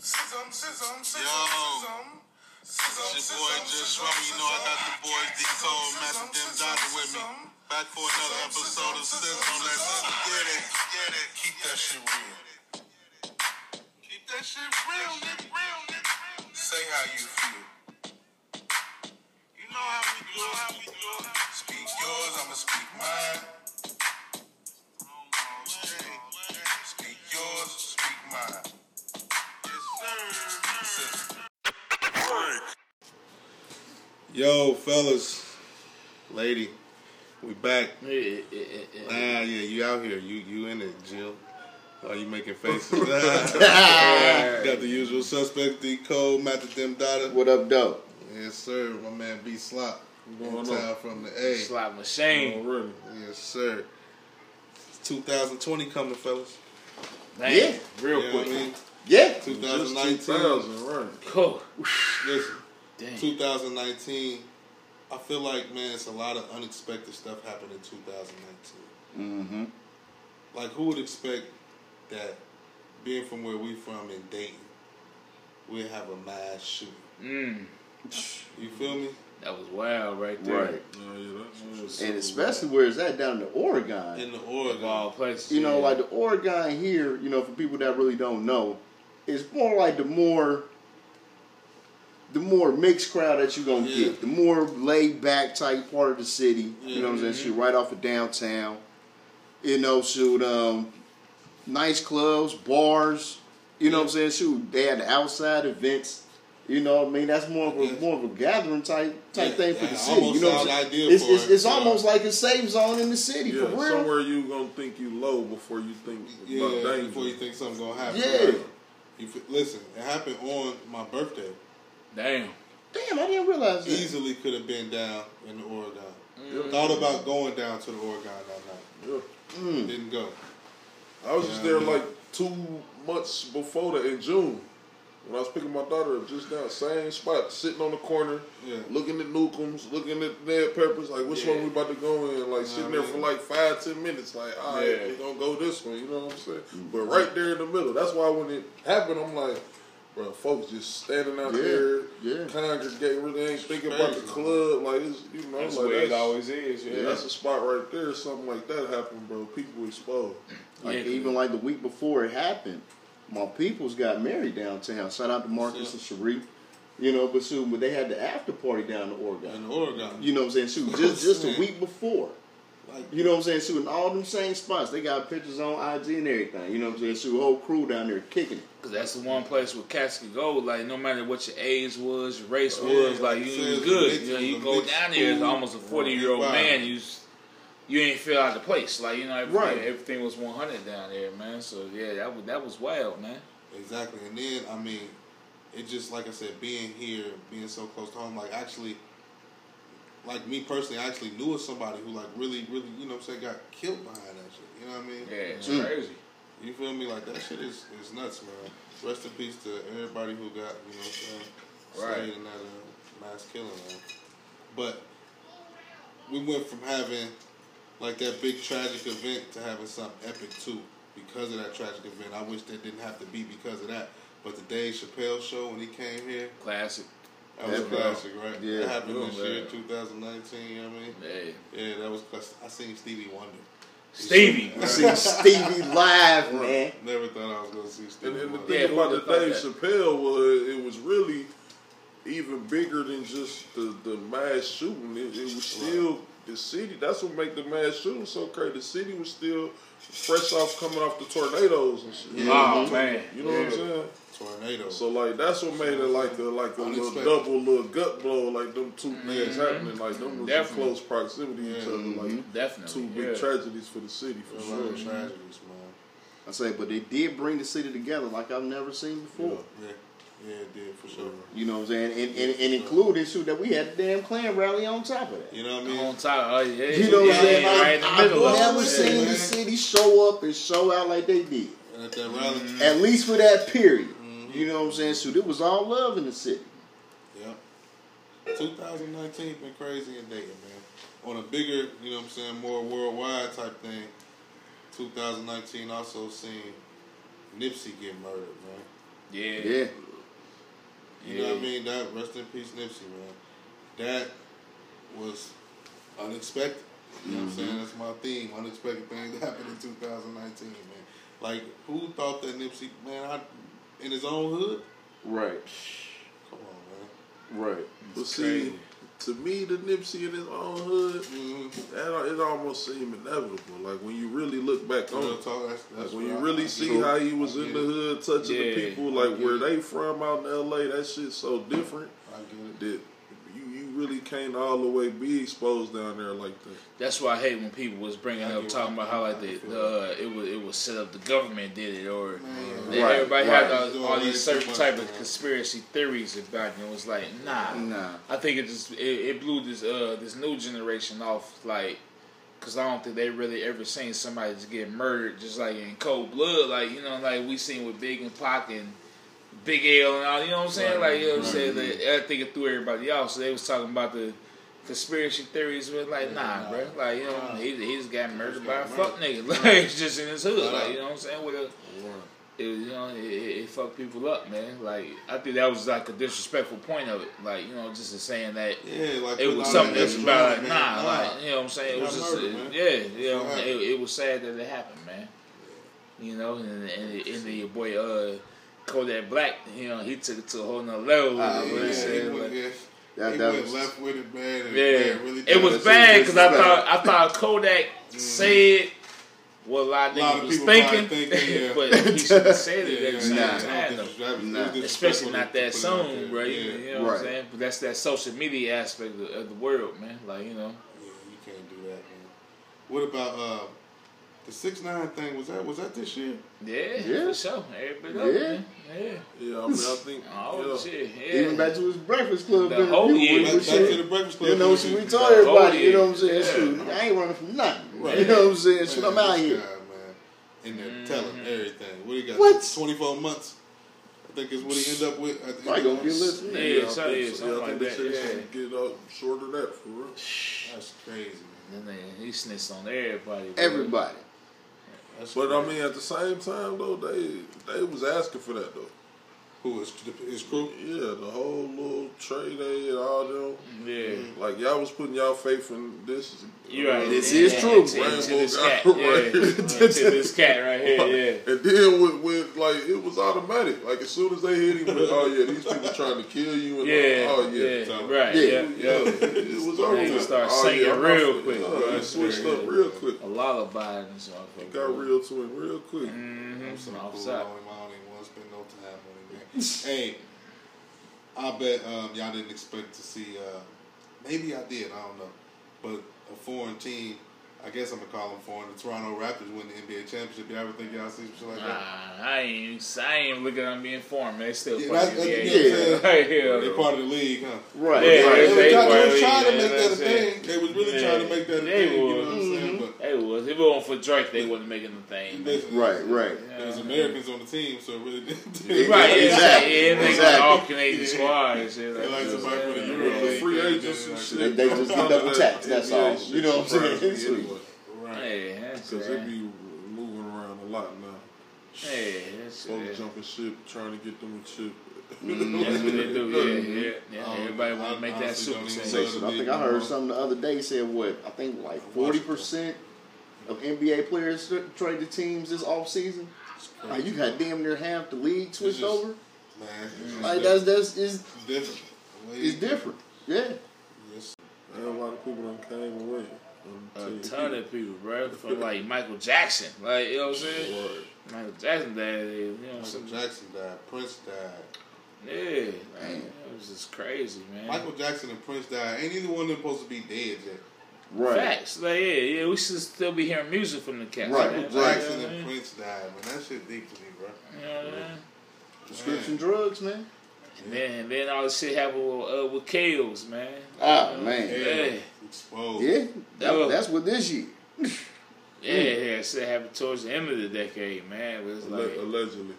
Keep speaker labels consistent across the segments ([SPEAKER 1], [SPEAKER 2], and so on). [SPEAKER 1] Sism, sism, sism,
[SPEAKER 2] Yo.
[SPEAKER 1] sism.
[SPEAKER 2] It's your boy Just Rum, you know I got the boys decode, Master Dim Dada with me. Back for another episode of System. Let's get it, get it. Keep that shit real. Keep that shit real, nigga, real, nigga, real. nigga.
[SPEAKER 1] Say how you feel.
[SPEAKER 2] You know how we do it, how we do it.
[SPEAKER 1] Speak yours, I'ma speak mine.
[SPEAKER 2] Almost straight.
[SPEAKER 1] Speak yours, speak mine.
[SPEAKER 2] Yes, sir.
[SPEAKER 3] Yo, fellas, lady, we back. Ah, yeah, you out here. You you in it, Jill. Are you making faces? Ah. Got the usual suspect, D Cole, Matt the Dim Dada.
[SPEAKER 4] What up, though?
[SPEAKER 3] Yes, sir. My man B Slop.
[SPEAKER 4] going
[SPEAKER 3] in
[SPEAKER 4] on?
[SPEAKER 3] town from the A.
[SPEAKER 4] Slot machine. really?
[SPEAKER 3] Yes, sir. It's 2020 coming, fellas.
[SPEAKER 4] Yeah, real
[SPEAKER 3] You know
[SPEAKER 4] quick.
[SPEAKER 3] what I mean?
[SPEAKER 4] Yeah.
[SPEAKER 3] 2019.
[SPEAKER 4] Cool.
[SPEAKER 3] Listen,
[SPEAKER 4] Damn.
[SPEAKER 3] 2019. I feel like man, it's a lot of unexpected stuff happened in 2019.
[SPEAKER 4] Mm-hmm.
[SPEAKER 3] Like who would expect that being from where we from in Dayton, we have a mass shooting.
[SPEAKER 5] Mm,
[SPEAKER 3] You feel me?
[SPEAKER 5] that was wild right there.
[SPEAKER 4] Right. And especially where it's at down in Oregon.
[SPEAKER 3] In the
[SPEAKER 5] Of all
[SPEAKER 3] Oregon.
[SPEAKER 5] places.
[SPEAKER 4] you know,
[SPEAKER 5] yeah.
[SPEAKER 4] like the Oregon here, you know, for people that really don't know, it's more like the more the more mixed crowd that you gonna
[SPEAKER 3] Yeah.
[SPEAKER 4] get, the more laid back type part of the city. You know what I'm saying? Shit, right off of downtown. You know, shoot, um, nice clubs, bars. You know what I'm saying? Shoot, they had the outside events. You know, what I mean, that's more of a
[SPEAKER 3] Yeah.
[SPEAKER 4] more of a gathering type type
[SPEAKER 3] Yeah,
[SPEAKER 4] thing for
[SPEAKER 3] yeah,
[SPEAKER 4] the city.
[SPEAKER 3] almost
[SPEAKER 4] You know, what I'm
[SPEAKER 3] sound
[SPEAKER 4] saying?
[SPEAKER 3] ideal
[SPEAKER 4] it's
[SPEAKER 3] for
[SPEAKER 4] it's,
[SPEAKER 3] it,
[SPEAKER 4] it's
[SPEAKER 3] yeah.
[SPEAKER 4] almost like a safe zone in the city
[SPEAKER 6] Yeah,
[SPEAKER 4] for real.
[SPEAKER 6] somewhere you gonna think you low before you think
[SPEAKER 3] Yeah,
[SPEAKER 6] about danger.
[SPEAKER 3] before you think something's gonna happen.
[SPEAKER 4] Yeah.
[SPEAKER 3] right? You f- listen, it happened on my birthday.
[SPEAKER 5] Damn.
[SPEAKER 4] Damn, I didn't realize that.
[SPEAKER 3] Easily could have been down in the Oregon. Thought about going down to the Oregon that
[SPEAKER 6] Yeah.
[SPEAKER 5] Mm.
[SPEAKER 3] night. Didn't go.
[SPEAKER 6] I was just
[SPEAKER 3] Yeah,
[SPEAKER 6] there
[SPEAKER 3] yeah.
[SPEAKER 6] like two months before that in June. When I was picking my daughter up, just down same spot, sitting on the corner,
[SPEAKER 3] Yeah.
[SPEAKER 6] looking at Newcombs, looking at Ned Peppers, like which one we about to go in, like sitting there for like five, ten minutes, like all right,
[SPEAKER 5] Yeah.
[SPEAKER 6] we gonna go this one, you know what I'm saying?
[SPEAKER 4] Mm-hmm.
[SPEAKER 6] But right there in the middle, that's why when it happened, I'm like, bro, folks just standing out
[SPEAKER 4] Yeah,
[SPEAKER 6] there,
[SPEAKER 4] yeah.
[SPEAKER 6] congregating, really ain't thinking about the
[SPEAKER 3] Crazy.
[SPEAKER 6] club, like it's, you know,
[SPEAKER 5] That's
[SPEAKER 6] like
[SPEAKER 5] where it
[SPEAKER 6] that's-
[SPEAKER 5] always is.
[SPEAKER 6] yeah,
[SPEAKER 5] Yeah.
[SPEAKER 6] that's a spot right there. Something like that happened, bro. People exposed.
[SPEAKER 4] Like
[SPEAKER 5] Yeah.
[SPEAKER 4] even like the week before it happened, my peoples got married downtown. Shout out to Marcus and Cherie. You know, but soon but they had the after party down in
[SPEAKER 3] In
[SPEAKER 4] Oregon.
[SPEAKER 3] Oregon.
[SPEAKER 4] You know what I'm saying? Shoot, just just a week before.
[SPEAKER 3] Like
[SPEAKER 4] You know what I'm saying? Shoot, in all them same spots. They got pictures on IG and everything. You know what I'm saying? Shoot, whole crew down there kicking it.
[SPEAKER 5] 'Cause that's the one place where cats can go. Like, no matter what your age was, your race
[SPEAKER 3] Yeah,
[SPEAKER 5] was,
[SPEAKER 3] like
[SPEAKER 5] like,
[SPEAKER 3] you
[SPEAKER 5] you,
[SPEAKER 3] said,
[SPEAKER 5] you
[SPEAKER 3] it's a
[SPEAKER 5] good.
[SPEAKER 3] mix-
[SPEAKER 5] You know, you
[SPEAKER 3] it's a
[SPEAKER 5] go
[SPEAKER 3] mixed
[SPEAKER 5] down there as
[SPEAKER 3] school
[SPEAKER 5] almost a 40 year old
[SPEAKER 3] environment.
[SPEAKER 5] man. You s- you ain't feel out of place. Like, you know, everything,
[SPEAKER 4] Right.
[SPEAKER 5] everything was 100 down there, man. So, yeah, that was, that was wild, man.
[SPEAKER 3] Exactly, and then I mean, it just like I said, being here, being so close to home, like actually, like me personally, I actually knew of somebody who like really, really, you know, what I'm saying, got killed behind that shit. You know what I mean?
[SPEAKER 5] Yeah, it's
[SPEAKER 4] Mm.
[SPEAKER 5] crazy.
[SPEAKER 3] You feel me? Like that shit is, is nuts, man. Rest in peace to everybody who got, you know, what I'm saying,
[SPEAKER 5] Right.
[SPEAKER 3] stayed in that uh, mass killing, man. But we went from having like that big tragic event to having something epic too because of that tragic event. I wish that didn't have to be because of that. But the Dave Chappelle show when he came here,
[SPEAKER 5] Classic.
[SPEAKER 3] that was
[SPEAKER 4] Yeah, bro.
[SPEAKER 3] classic, right?
[SPEAKER 4] Yeah.
[SPEAKER 3] that happened
[SPEAKER 5] Yeah,
[SPEAKER 3] this year,
[SPEAKER 5] man.
[SPEAKER 3] 2019. You know what I mean?
[SPEAKER 5] Hey.
[SPEAKER 3] Yeah, that was classic. I seen Stevie Wonder.
[SPEAKER 5] Stevie.
[SPEAKER 4] You see Stevie live, man.
[SPEAKER 3] Never thought I was gonna see
[SPEAKER 6] And,
[SPEAKER 3] Stevie
[SPEAKER 6] and the
[SPEAKER 3] Wonder.
[SPEAKER 6] thing
[SPEAKER 5] Yeah, who
[SPEAKER 6] about the
[SPEAKER 5] would've thought
[SPEAKER 6] Dave
[SPEAKER 5] that?
[SPEAKER 6] Chappelle was it was really even bigger than just the, the mass shooting. It, it was still the city. That's what make the mass shooting so crazy. The city was still fresh off coming off the tornadoes and shit.
[SPEAKER 5] Oh, man.
[SPEAKER 6] You know what I'm saying?
[SPEAKER 3] Tornado.
[SPEAKER 6] So like that's what made it like a like a
[SPEAKER 3] Unexpected.
[SPEAKER 6] little double little gut blow like them 2 things happening like them was in
[SPEAKER 5] Definitely.
[SPEAKER 6] close proximity to each other like
[SPEAKER 5] Definitely.
[SPEAKER 6] two big
[SPEAKER 5] yeah.
[SPEAKER 6] tragedies for the city for
[SPEAKER 3] A lot
[SPEAKER 6] sure.
[SPEAKER 3] of tragedies, man.
[SPEAKER 4] I say, but they did bring the city together like I've never seen before.
[SPEAKER 3] Yeah, yeah, it did for sure.
[SPEAKER 4] You know what I'm saying? And and, and including shoot that we had the damn Klan rally on top of that.
[SPEAKER 3] You know what I mean?
[SPEAKER 5] On top. Oh, yeah,
[SPEAKER 4] You know what
[SPEAKER 5] yeah,
[SPEAKER 4] I'm saying?
[SPEAKER 5] yeah, right in
[SPEAKER 4] Like,
[SPEAKER 5] the
[SPEAKER 4] I've
[SPEAKER 5] middle of it.
[SPEAKER 4] never
[SPEAKER 3] it.
[SPEAKER 4] seen
[SPEAKER 3] Yeah.
[SPEAKER 4] the city show up and show out like they did.
[SPEAKER 3] And at that rally,
[SPEAKER 6] Mm-hmm.
[SPEAKER 4] At least for that period. You know what I'm saying? Shoot, it was all love in the city.
[SPEAKER 3] yep. 2019 been crazy in Dayton, man. On a bigger, you know what I'm saying, more worldwide type thing. 2019 also seen Nipsey get murdered, man.
[SPEAKER 5] Yeah.
[SPEAKER 4] Yeah.
[SPEAKER 3] You know what I mean? That rest in peace, Nipsey, man. That was unexpected. You know what I'm
[SPEAKER 5] Mm-hmm.
[SPEAKER 3] saying? That's my theme. Unexpected things that happened in 2019, man. Like, who thought that Nipsey, man, I, in his own hood?
[SPEAKER 6] Right,
[SPEAKER 3] Come on,
[SPEAKER 6] right. But
[SPEAKER 3] It's
[SPEAKER 6] see,
[SPEAKER 3] crazy.
[SPEAKER 6] to me, the Nipsey in his own hood,
[SPEAKER 3] man. Mm-hmm.
[SPEAKER 6] that, it almost seemed inevitable. Like when you really look back on
[SPEAKER 3] Real
[SPEAKER 5] Oh.
[SPEAKER 6] it,
[SPEAKER 3] talk, that's, that's
[SPEAKER 6] when you
[SPEAKER 3] what I-
[SPEAKER 6] really
[SPEAKER 3] I
[SPEAKER 6] see
[SPEAKER 3] get.
[SPEAKER 6] how he was
[SPEAKER 3] I
[SPEAKER 6] in
[SPEAKER 3] get
[SPEAKER 6] the
[SPEAKER 3] it.
[SPEAKER 6] hood touching
[SPEAKER 5] Yeah.
[SPEAKER 6] the people, like
[SPEAKER 3] Yeah.
[SPEAKER 6] where they from out in L.A., that shit's so different
[SPEAKER 3] I get it.
[SPEAKER 6] that you you really can't all the way be exposed down there like that.
[SPEAKER 5] That's why I hate when people was bringing
[SPEAKER 3] I
[SPEAKER 5] up
[SPEAKER 3] get
[SPEAKER 5] talking
[SPEAKER 3] what
[SPEAKER 5] about how like
[SPEAKER 3] you're
[SPEAKER 5] the,
[SPEAKER 3] saying.
[SPEAKER 5] the uh, it was it was set up the government did it or that
[SPEAKER 6] Right,
[SPEAKER 5] everybody
[SPEAKER 6] right.
[SPEAKER 5] had all, all
[SPEAKER 3] Doing way
[SPEAKER 5] these certain
[SPEAKER 3] too
[SPEAKER 5] type
[SPEAKER 3] much,
[SPEAKER 5] of
[SPEAKER 3] man.
[SPEAKER 5] conspiracy theories about it. It was like nah,
[SPEAKER 4] Nah.
[SPEAKER 5] I think it just it, it blew this uh this new generation off like because I don't think they really ever seen somebody just get murdered just like in cold blood like you know like we seen with Big and Pac and Big L and all you know what I'm saying like you know what I'm saying Like, I think it threw everybody off so they was talking about the conspiracy theories with like nah, bro like you know he, he just got murdered by a fuck nigga like just in his hood like you know what I'm saying with a it, was, you know, it, it, it fucked people up, man. Like I think that was like a disrespectful point of it. Like you know, just in saying that
[SPEAKER 3] Yeah, like
[SPEAKER 5] it was something that's about like, nah, like you know what I'm saying. It
[SPEAKER 3] Y'all
[SPEAKER 5] was just
[SPEAKER 3] murdered,
[SPEAKER 5] it-
[SPEAKER 3] man.
[SPEAKER 5] yeah, you know,
[SPEAKER 3] what
[SPEAKER 5] it, it was sad that it happened, man. You know, and and, and then your boy uh Kodak Black, you know, he took it to a whole nother level.
[SPEAKER 4] Ah,
[SPEAKER 5] you know what I'm
[SPEAKER 3] Yeah,
[SPEAKER 5] saying?
[SPEAKER 3] he
[SPEAKER 5] Like,
[SPEAKER 3] went, yeah.
[SPEAKER 4] That-
[SPEAKER 3] he
[SPEAKER 4] that
[SPEAKER 3] went
[SPEAKER 4] was-
[SPEAKER 3] left with it, man. And
[SPEAKER 5] yeah,
[SPEAKER 3] man, really
[SPEAKER 5] it
[SPEAKER 3] did
[SPEAKER 5] was
[SPEAKER 4] that's
[SPEAKER 5] bad
[SPEAKER 4] just
[SPEAKER 5] because I
[SPEAKER 4] disrespect.
[SPEAKER 5] thought I thought Kodak said what a lot of
[SPEAKER 3] Mm. A lot
[SPEAKER 5] niggas
[SPEAKER 3] of
[SPEAKER 5] was
[SPEAKER 3] people probably
[SPEAKER 5] thinking,
[SPEAKER 3] thinking, yeah.
[SPEAKER 5] but he should have said
[SPEAKER 3] Yeah,
[SPEAKER 5] it
[SPEAKER 3] yeah,
[SPEAKER 5] at the same
[SPEAKER 3] yeah,
[SPEAKER 4] Nah.
[SPEAKER 5] time.
[SPEAKER 3] it
[SPEAKER 5] though.
[SPEAKER 3] was disrespectful.
[SPEAKER 4] Nah.
[SPEAKER 3] It was
[SPEAKER 5] especially
[SPEAKER 3] disrespectful
[SPEAKER 5] not
[SPEAKER 3] to
[SPEAKER 5] that
[SPEAKER 3] put it out
[SPEAKER 5] soon,
[SPEAKER 3] there.
[SPEAKER 5] bro. You,
[SPEAKER 3] Yeah.
[SPEAKER 5] you know what
[SPEAKER 4] Right.
[SPEAKER 5] I'm saying? But that's that social media aspect of, of the world, man. Like you know,
[SPEAKER 3] Yeah, you can't do that, man. What about uh, the six nine thing? Was that was that this year?
[SPEAKER 5] yeah,
[SPEAKER 4] Yeah.
[SPEAKER 5] for sure, everybody, yeah,
[SPEAKER 4] Yeah.
[SPEAKER 5] man. yeah.
[SPEAKER 6] Yeah, I mean, I think
[SPEAKER 5] Oh
[SPEAKER 6] yeah.
[SPEAKER 5] shit, yeah.
[SPEAKER 4] Even back to his Breakfast Club
[SPEAKER 5] The
[SPEAKER 4] interview.
[SPEAKER 5] whole year.
[SPEAKER 4] we-
[SPEAKER 3] Back,
[SPEAKER 4] we
[SPEAKER 3] back
[SPEAKER 4] said-
[SPEAKER 3] to the breakfast club.
[SPEAKER 4] You know, so
[SPEAKER 3] Shoot,
[SPEAKER 4] we
[SPEAKER 3] you
[SPEAKER 4] told
[SPEAKER 3] guys.
[SPEAKER 4] everybody,
[SPEAKER 5] yeah.
[SPEAKER 4] you know what I'm saying? Shoot, I ain't running from nothing.
[SPEAKER 3] Right.
[SPEAKER 4] You know what I'm saying?
[SPEAKER 3] Man,
[SPEAKER 4] Shoot, I'm out
[SPEAKER 3] this
[SPEAKER 4] here.
[SPEAKER 3] guy, man. And they're telling everything. What he got?
[SPEAKER 4] What?
[SPEAKER 3] Twenty four months. I think is what he end up with. at the
[SPEAKER 4] Probably
[SPEAKER 3] end
[SPEAKER 4] gonna
[SPEAKER 3] of
[SPEAKER 4] be
[SPEAKER 3] this.
[SPEAKER 4] listening.
[SPEAKER 5] Yeah,
[SPEAKER 6] I
[SPEAKER 5] so- yeah,
[SPEAKER 6] think so.
[SPEAKER 5] something
[SPEAKER 6] Yeah, I
[SPEAKER 5] like
[SPEAKER 6] think
[SPEAKER 5] that.
[SPEAKER 6] they
[SPEAKER 5] Yeah.
[SPEAKER 6] should get up shorter than that for real.
[SPEAKER 3] That's crazy, man.
[SPEAKER 5] And then he snitched on everybody. bro.
[SPEAKER 4] Everybody.
[SPEAKER 3] That's
[SPEAKER 6] But I
[SPEAKER 3] crazy.
[SPEAKER 6] mean, at the same time though, they they was asking for that though.
[SPEAKER 3] who is his crew?
[SPEAKER 6] Yeah, the whole little trade day and all them.
[SPEAKER 5] Yeah.
[SPEAKER 3] Mm.
[SPEAKER 6] Like y'all was putting y'all faith in this.
[SPEAKER 5] You right.
[SPEAKER 4] This
[SPEAKER 5] yeah,
[SPEAKER 4] is
[SPEAKER 5] yeah,
[SPEAKER 4] true.
[SPEAKER 5] Into, into
[SPEAKER 6] Rainbow
[SPEAKER 5] this
[SPEAKER 6] guy,
[SPEAKER 5] cat,
[SPEAKER 6] right.
[SPEAKER 5] yeah. Into this cat right here, yeah.
[SPEAKER 6] And then with, with like it was automatic. Like as soon as they hit him, with, oh yeah, these people trying to kill you. And
[SPEAKER 5] Yeah,
[SPEAKER 6] oh
[SPEAKER 5] yeah,
[SPEAKER 6] yeah,
[SPEAKER 5] right,
[SPEAKER 4] Yeah.
[SPEAKER 5] yeah,
[SPEAKER 6] yeah. It was over.
[SPEAKER 5] They
[SPEAKER 6] with.
[SPEAKER 5] start
[SPEAKER 6] oh,
[SPEAKER 5] singing
[SPEAKER 6] I'm
[SPEAKER 5] real
[SPEAKER 6] not-
[SPEAKER 5] quick,
[SPEAKER 6] yeah,
[SPEAKER 5] bro.
[SPEAKER 6] it Uh, switched up real quick.
[SPEAKER 5] A lullaby in this motherfucker.
[SPEAKER 6] Got real to him real quick.
[SPEAKER 5] Mm-hmm.
[SPEAKER 3] So
[SPEAKER 5] Some
[SPEAKER 3] cool
[SPEAKER 5] offside.
[SPEAKER 3] on him. I don't even want to spend no time on him, man. hey, I bet um, y'all didn't expect to see. Uh, maybe I did. I don't know. But a foreign team. I guess I'm gonna call them foreign. The Toronto Raptors win the NBA championship. Y'all ever think y'all see some shit like
[SPEAKER 5] Nah,
[SPEAKER 3] that?
[SPEAKER 5] I ain't, I ain't looking at me informed. They still
[SPEAKER 3] Yeah,
[SPEAKER 5] fucking
[SPEAKER 3] that's-
[SPEAKER 5] yeah,
[SPEAKER 3] that's-
[SPEAKER 5] yeah,
[SPEAKER 3] yeah.
[SPEAKER 5] right here.
[SPEAKER 3] They part of the league, huh?
[SPEAKER 4] Right.
[SPEAKER 5] Yeah,
[SPEAKER 4] right.
[SPEAKER 3] They,
[SPEAKER 5] they-
[SPEAKER 3] was trying- they was
[SPEAKER 5] were, yeah,
[SPEAKER 3] trying to make that a
[SPEAKER 5] that's it.
[SPEAKER 3] thing. They was really
[SPEAKER 5] Yeah,
[SPEAKER 3] trying to make that a
[SPEAKER 5] they
[SPEAKER 3] thing. You
[SPEAKER 5] were.
[SPEAKER 3] know what I'm saying? But
[SPEAKER 5] They was. If it wasn't for Drake, they wouldn't make anything. man.
[SPEAKER 3] this-
[SPEAKER 4] Right, right.
[SPEAKER 3] There's Americans on the team, so it really
[SPEAKER 4] Yeah.
[SPEAKER 3] didn't.
[SPEAKER 5] Right, yeah,
[SPEAKER 4] Exactly.
[SPEAKER 5] exactly. Yeah, they got
[SPEAKER 4] Exactly.
[SPEAKER 5] all Canadian squad and shit.
[SPEAKER 3] They like
[SPEAKER 5] that.
[SPEAKER 3] somebody for
[SPEAKER 5] Yeah.
[SPEAKER 3] the Euro
[SPEAKER 5] Yeah.
[SPEAKER 3] League.
[SPEAKER 6] Free agents and
[SPEAKER 4] They,
[SPEAKER 6] shit.
[SPEAKER 4] they just get double taxed, that's
[SPEAKER 6] NBA
[SPEAKER 4] all.
[SPEAKER 6] shit
[SPEAKER 4] You know what I'm
[SPEAKER 6] surprised me
[SPEAKER 4] saying?
[SPEAKER 6] anyway.
[SPEAKER 3] Right.
[SPEAKER 5] Hey, that's
[SPEAKER 6] Cause they
[SPEAKER 5] right.
[SPEAKER 6] be moving around a lot now.
[SPEAKER 5] Hey, that's
[SPEAKER 6] Folks
[SPEAKER 5] it.
[SPEAKER 6] jumping ship, trying to get them a chip.
[SPEAKER 5] That's what they do. Yeah, yeah. yeah.
[SPEAKER 3] Um,
[SPEAKER 5] Everybody want
[SPEAKER 3] I
[SPEAKER 5] to make that
[SPEAKER 3] honestly
[SPEAKER 5] super
[SPEAKER 3] don't
[SPEAKER 5] team.
[SPEAKER 3] even know.
[SPEAKER 4] Station. I think I heard something the other day said what I think like forty percent of NBA players tra- traded teams this offseason. Like you had damn near half the league
[SPEAKER 3] It's
[SPEAKER 4] switched
[SPEAKER 3] just-
[SPEAKER 4] over.
[SPEAKER 3] Man, it's
[SPEAKER 4] Like that's
[SPEAKER 3] different.
[SPEAKER 4] that's is
[SPEAKER 3] It's different. Way
[SPEAKER 4] is different. Yeah.
[SPEAKER 3] Yes.
[SPEAKER 6] And a lot of people done came away. I'm telling
[SPEAKER 5] A
[SPEAKER 6] you.
[SPEAKER 5] ton of Uh, people, bro. From like Michael Jackson, like you know what I'm saying.
[SPEAKER 6] Word.
[SPEAKER 5] Michael Jackson died. You know what I'm
[SPEAKER 3] Michael
[SPEAKER 5] saying.
[SPEAKER 3] Jackson died. Prince died.
[SPEAKER 5] Yeah, man, it was just crazy, man.
[SPEAKER 3] Michael Jackson and Prince died. Ain't either one of them supposed to be dead yet.
[SPEAKER 4] Right.
[SPEAKER 5] Facts, like yeah, yeah, we should still be hearing music from the cats.
[SPEAKER 4] Right.
[SPEAKER 5] man.
[SPEAKER 3] Michael Jackson
[SPEAKER 5] Like,
[SPEAKER 3] and Prince died, man. That shit deep to me, bro.
[SPEAKER 5] You know what I mean?
[SPEAKER 4] Prescription drugs, man.
[SPEAKER 5] And then, and then all this shit happened with, uh, with Kales, man.
[SPEAKER 4] Ah
[SPEAKER 5] Yeah,
[SPEAKER 4] man.
[SPEAKER 5] yeah,
[SPEAKER 3] Exposed.
[SPEAKER 4] Yeah.
[SPEAKER 5] Yeah.
[SPEAKER 4] That, that's what this year.
[SPEAKER 5] yeah, that shit happened towards the end of the decade, man. It was
[SPEAKER 6] Alle-
[SPEAKER 5] like
[SPEAKER 6] allegedly.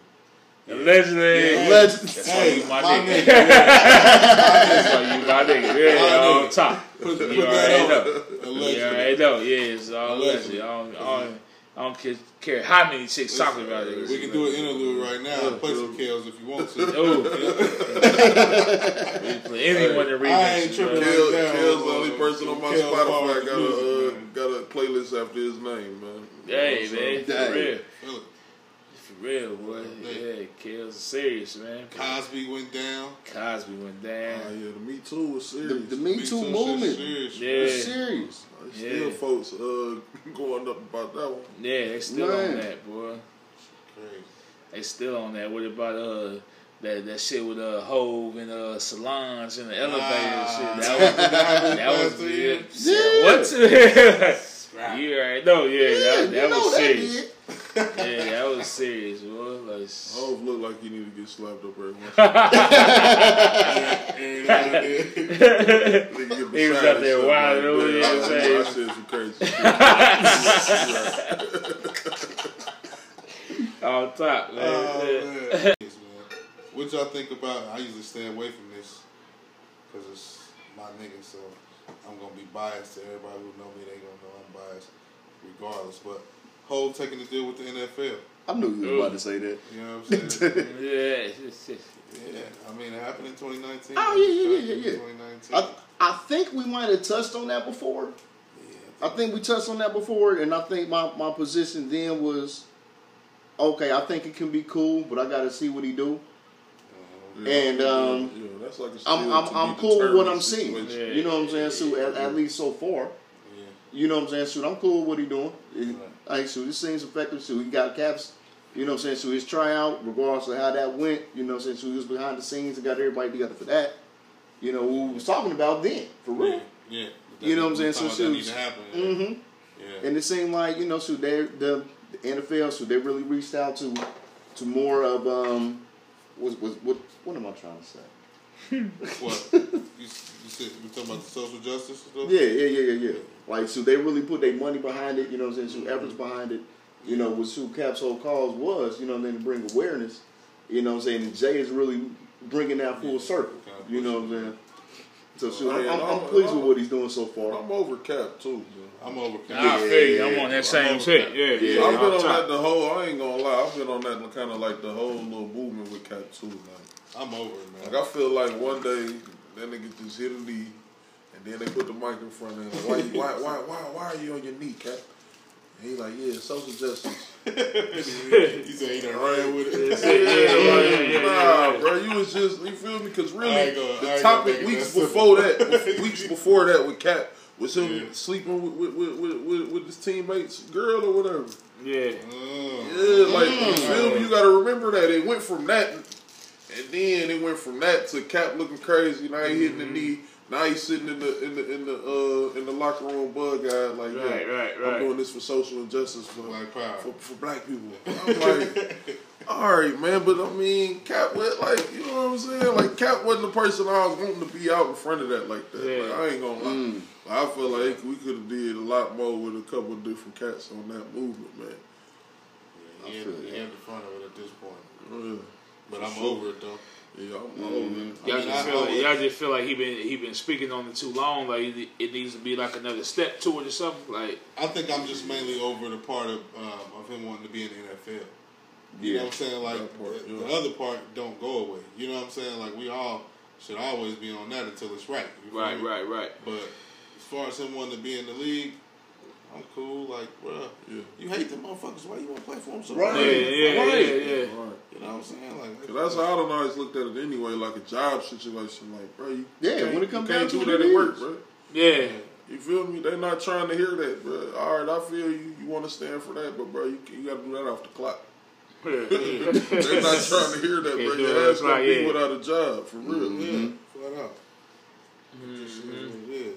[SPEAKER 5] allegedly.
[SPEAKER 3] Yeah.
[SPEAKER 4] Legends.
[SPEAKER 5] Hey,
[SPEAKER 3] Hey,
[SPEAKER 5] my
[SPEAKER 3] my
[SPEAKER 5] nigga.
[SPEAKER 3] nigga.
[SPEAKER 5] That's why you my nigga. Yeah, on top.
[SPEAKER 3] Put, put
[SPEAKER 5] You already know.
[SPEAKER 3] that on.
[SPEAKER 5] You
[SPEAKER 3] Allegedly.
[SPEAKER 5] already know. Yeah, it's all
[SPEAKER 3] Allegedly.
[SPEAKER 5] allegedly. I don't, I don't, I don't care, care how many chicks talking about it.
[SPEAKER 3] We can do an interlude right now. and Play some kills if you want to.
[SPEAKER 5] Oh, for anyone to read
[SPEAKER 3] I
[SPEAKER 5] that
[SPEAKER 3] ain't
[SPEAKER 5] shit, bro.
[SPEAKER 3] tripping.
[SPEAKER 6] Kel,
[SPEAKER 3] Yeah,
[SPEAKER 6] Kel's the
[SPEAKER 3] well,
[SPEAKER 6] only person on my
[SPEAKER 3] Kel follows
[SPEAKER 6] Spotify got a
[SPEAKER 3] music,
[SPEAKER 6] uh, got a playlist after his name, man.
[SPEAKER 5] Hey,
[SPEAKER 6] So,
[SPEAKER 5] man,
[SPEAKER 4] Dang.
[SPEAKER 5] for real,
[SPEAKER 3] Really.
[SPEAKER 5] for real, boy. Yeah, Kale's serious, man.
[SPEAKER 3] Cosby went down.
[SPEAKER 5] Cosby went down.
[SPEAKER 6] Ah, yeah, the Me Too was
[SPEAKER 4] The,
[SPEAKER 6] serious.
[SPEAKER 4] the Me
[SPEAKER 3] Big
[SPEAKER 4] Too
[SPEAKER 3] Toots is
[SPEAKER 4] movement
[SPEAKER 3] serious.
[SPEAKER 5] Yeah,
[SPEAKER 4] is serious.
[SPEAKER 6] Like, Still,
[SPEAKER 5] Yeah.
[SPEAKER 6] folks uh, going up about that one.
[SPEAKER 5] yeah, they still on
[SPEAKER 4] Man.
[SPEAKER 5] that, boy.
[SPEAKER 3] Crazy.
[SPEAKER 5] They still on that. What about uh that that shit with uh Hove and uh Solange and the elevator and shit? That was that was
[SPEAKER 3] Last two years?
[SPEAKER 5] good. What? you already know, yeah, that, that
[SPEAKER 4] you know
[SPEAKER 5] was
[SPEAKER 4] that
[SPEAKER 5] serious.
[SPEAKER 4] did.
[SPEAKER 5] yeah, that was serious, boy. Like,
[SPEAKER 6] Hove look like he need to get slapped up every once. in
[SPEAKER 3] And,
[SPEAKER 6] a
[SPEAKER 3] uh,
[SPEAKER 5] Oh,
[SPEAKER 3] yeah.
[SPEAKER 6] while. Nigga get
[SPEAKER 5] He was
[SPEAKER 6] beside
[SPEAKER 5] out there
[SPEAKER 6] himself,
[SPEAKER 5] wilding,
[SPEAKER 6] man.
[SPEAKER 5] over there,
[SPEAKER 6] I- I- I
[SPEAKER 5] saying-
[SPEAKER 6] said some crazy shit. Right.
[SPEAKER 5] on top, man.
[SPEAKER 3] Oh, man. Yes, man. What y'all think about? I usually stay away from this because it's my nigga, so I'm gonna be biased. To everybody who know me, they gonna know I'm biased, regardless. But whole taking the deal with the NFL.
[SPEAKER 4] I knew you were about to say that.
[SPEAKER 3] You know what I'm saying?
[SPEAKER 5] Yeah, it's just- it's-
[SPEAKER 3] yeah, I mean it happened in 2019.
[SPEAKER 4] Oh, yeah, yeah, yeah, yeah, yeah.
[SPEAKER 3] 2019.
[SPEAKER 4] I, I think we might have touched on that before. I think we touched on that before, and I think my, my position then was okay. I think it can be cool, but I got to see what he do. And um,
[SPEAKER 6] Uh-huh. yeah, that's like a
[SPEAKER 4] I'm
[SPEAKER 6] still
[SPEAKER 4] I'm,
[SPEAKER 6] to
[SPEAKER 4] I'm
[SPEAKER 6] be
[SPEAKER 4] cool with what
[SPEAKER 6] determined
[SPEAKER 4] I'm seeing.
[SPEAKER 6] situation.
[SPEAKER 5] Yeah.
[SPEAKER 4] You know what I'm saying? So at, at least so far,
[SPEAKER 3] Yeah.
[SPEAKER 4] you know what I'm saying. So I'm cool with what he doing. It, like so, this seems effective. So he got caps. You know what I'm saying. So his tryout, regardless of how that went, you know what I'm saying. So he was behind the scenes and got everybody together for that. You know what we was talking about then, for real.
[SPEAKER 3] Yeah, yeah.
[SPEAKER 4] You know what I'm saying? So
[SPEAKER 3] Sometimes that
[SPEAKER 4] shoes.
[SPEAKER 3] need to happen. Yeah.
[SPEAKER 4] Mm-hmm.
[SPEAKER 3] Yeah.
[SPEAKER 4] And it seemed like you know, so they the, the NFL, so they really reached out to to more of um, was was what what am I trying to say?
[SPEAKER 3] What? you, you said we talking about the social justice stuff?
[SPEAKER 4] Yeah, yeah, yeah, yeah, yeah. Like so, they really put their money behind it. You know what I'm saying? So efforts behind it. You know, was who Cap's whole cause was. You know, and then to bring awareness. You know what I'm saying? And Jay is really bringing that full circle.
[SPEAKER 3] Kinda
[SPEAKER 4] You know what I'm saying? So, so
[SPEAKER 6] Yeah,
[SPEAKER 4] I'm, I'm,
[SPEAKER 6] I'm-
[SPEAKER 4] I'm pleased
[SPEAKER 6] I'm-
[SPEAKER 4] with what he's doing so far.
[SPEAKER 6] I'm over cap too. Man.
[SPEAKER 3] I'm over.
[SPEAKER 5] Nah, I feel you. I'm on that same shit. Yeah, yeah.
[SPEAKER 6] I've been
[SPEAKER 5] on
[SPEAKER 6] on
[SPEAKER 5] top.
[SPEAKER 6] that the whole. I ain't gonna lie. I've been on that kind of like the whole little movement with Cap too. Like,
[SPEAKER 3] I'm over it, man.
[SPEAKER 6] like I feel like one day that nigga just hit a knee, and then they put the mic in front of him. Why, you, why, why, why, why are you on your knee, Cap? And he like, yeah, social justice.
[SPEAKER 3] You said he done ran with it.
[SPEAKER 5] Yeah, yeah, yeah, yeah, yeah,
[SPEAKER 6] Nah, bro, you was just you feel me? Because
[SPEAKER 3] I
[SPEAKER 6] really,
[SPEAKER 3] ain't gonna- I
[SPEAKER 6] the
[SPEAKER 3] ain't gonna
[SPEAKER 6] topic
[SPEAKER 3] make it
[SPEAKER 6] weeks
[SPEAKER 3] that
[SPEAKER 6] before that, weeks before that with Cap was him
[SPEAKER 3] Yeah.
[SPEAKER 6] sleeping with with, with, with with with his teammates' girl or whatever.
[SPEAKER 5] yeah.
[SPEAKER 3] Mm.
[SPEAKER 6] Yeah, like you feel me? You gotta remember that it went from that, and then it went from that to Cap looking crazy. Now he hitting the knee. Now he's sitting in the in the in the uh in the locker room, bug eyed like, yeah,
[SPEAKER 5] Right, right,
[SPEAKER 6] I'm
[SPEAKER 5] right.
[SPEAKER 6] doing this for social injustice for
[SPEAKER 3] Black power.
[SPEAKER 6] for, for black people. I'm like, all right, man, but I mean, Cap was like, you know what I'm saying? Like Cap wasn't the person I was wanting to be out in front of that like that.
[SPEAKER 5] Yeah.
[SPEAKER 6] Like, I ain't gonna lie.
[SPEAKER 4] Mm.
[SPEAKER 6] I feel like we could have did a lot more with a couple of different cats on that movement, man.
[SPEAKER 3] He had, he had the front of it at this point.
[SPEAKER 6] Yeah.
[SPEAKER 3] But I'm over it, though.
[SPEAKER 6] Yeah, I'm
[SPEAKER 4] Mm-hmm.
[SPEAKER 6] old, man.
[SPEAKER 5] Y'all
[SPEAKER 3] I
[SPEAKER 5] just
[SPEAKER 3] mean, I
[SPEAKER 5] feel like
[SPEAKER 3] always-
[SPEAKER 5] y'all just feel like he been he been speaking on it too long. Like it, it needs to be like another step to it or something. Like
[SPEAKER 3] I think I'm just mainly over the part of um, of him wanting to be in the NFL. You know what I'm saying? Like
[SPEAKER 6] That part,
[SPEAKER 3] the,
[SPEAKER 6] yeah.
[SPEAKER 3] the other part don't go away. You know what I'm saying? Like we all should always be on that until it's right. You feel
[SPEAKER 5] right,
[SPEAKER 3] me?
[SPEAKER 5] right, Mm. right.
[SPEAKER 3] But as far as him wanting to be in the league, I'm cool. Like, bruh,
[SPEAKER 6] Yeah.
[SPEAKER 3] you hate the motherfuckers. Why you want to play for them so
[SPEAKER 4] Right.
[SPEAKER 5] Yeah,
[SPEAKER 3] bad?
[SPEAKER 5] yeah, yeah,
[SPEAKER 4] Right.
[SPEAKER 5] yeah.
[SPEAKER 6] Right.
[SPEAKER 3] You know what I'm saying? Like,
[SPEAKER 6] 'Cause that's how I don't always looked at it anyway, like a job situation. Like, bro, you
[SPEAKER 4] Yeah,
[SPEAKER 6] can't-
[SPEAKER 4] when it comes
[SPEAKER 6] you can't
[SPEAKER 4] down
[SPEAKER 6] do
[SPEAKER 4] to
[SPEAKER 6] that
[SPEAKER 4] it,
[SPEAKER 6] at
[SPEAKER 4] it
[SPEAKER 6] work,
[SPEAKER 4] is.
[SPEAKER 6] bro.
[SPEAKER 5] Yeah,
[SPEAKER 6] You feel me? They're not trying to hear that, bro. All right, I feel you. You want to stand for that, but bro, you, you got to do that off the clock.
[SPEAKER 5] yeah.
[SPEAKER 6] They're not trying to hear that,
[SPEAKER 5] Can't
[SPEAKER 6] bro.
[SPEAKER 5] do
[SPEAKER 6] Your
[SPEAKER 5] it
[SPEAKER 6] ass
[SPEAKER 5] off the clock,
[SPEAKER 6] gonna be
[SPEAKER 5] yeah. Mm-hmm.
[SPEAKER 6] without a job for real.
[SPEAKER 3] flat out. It just uh, is what it is.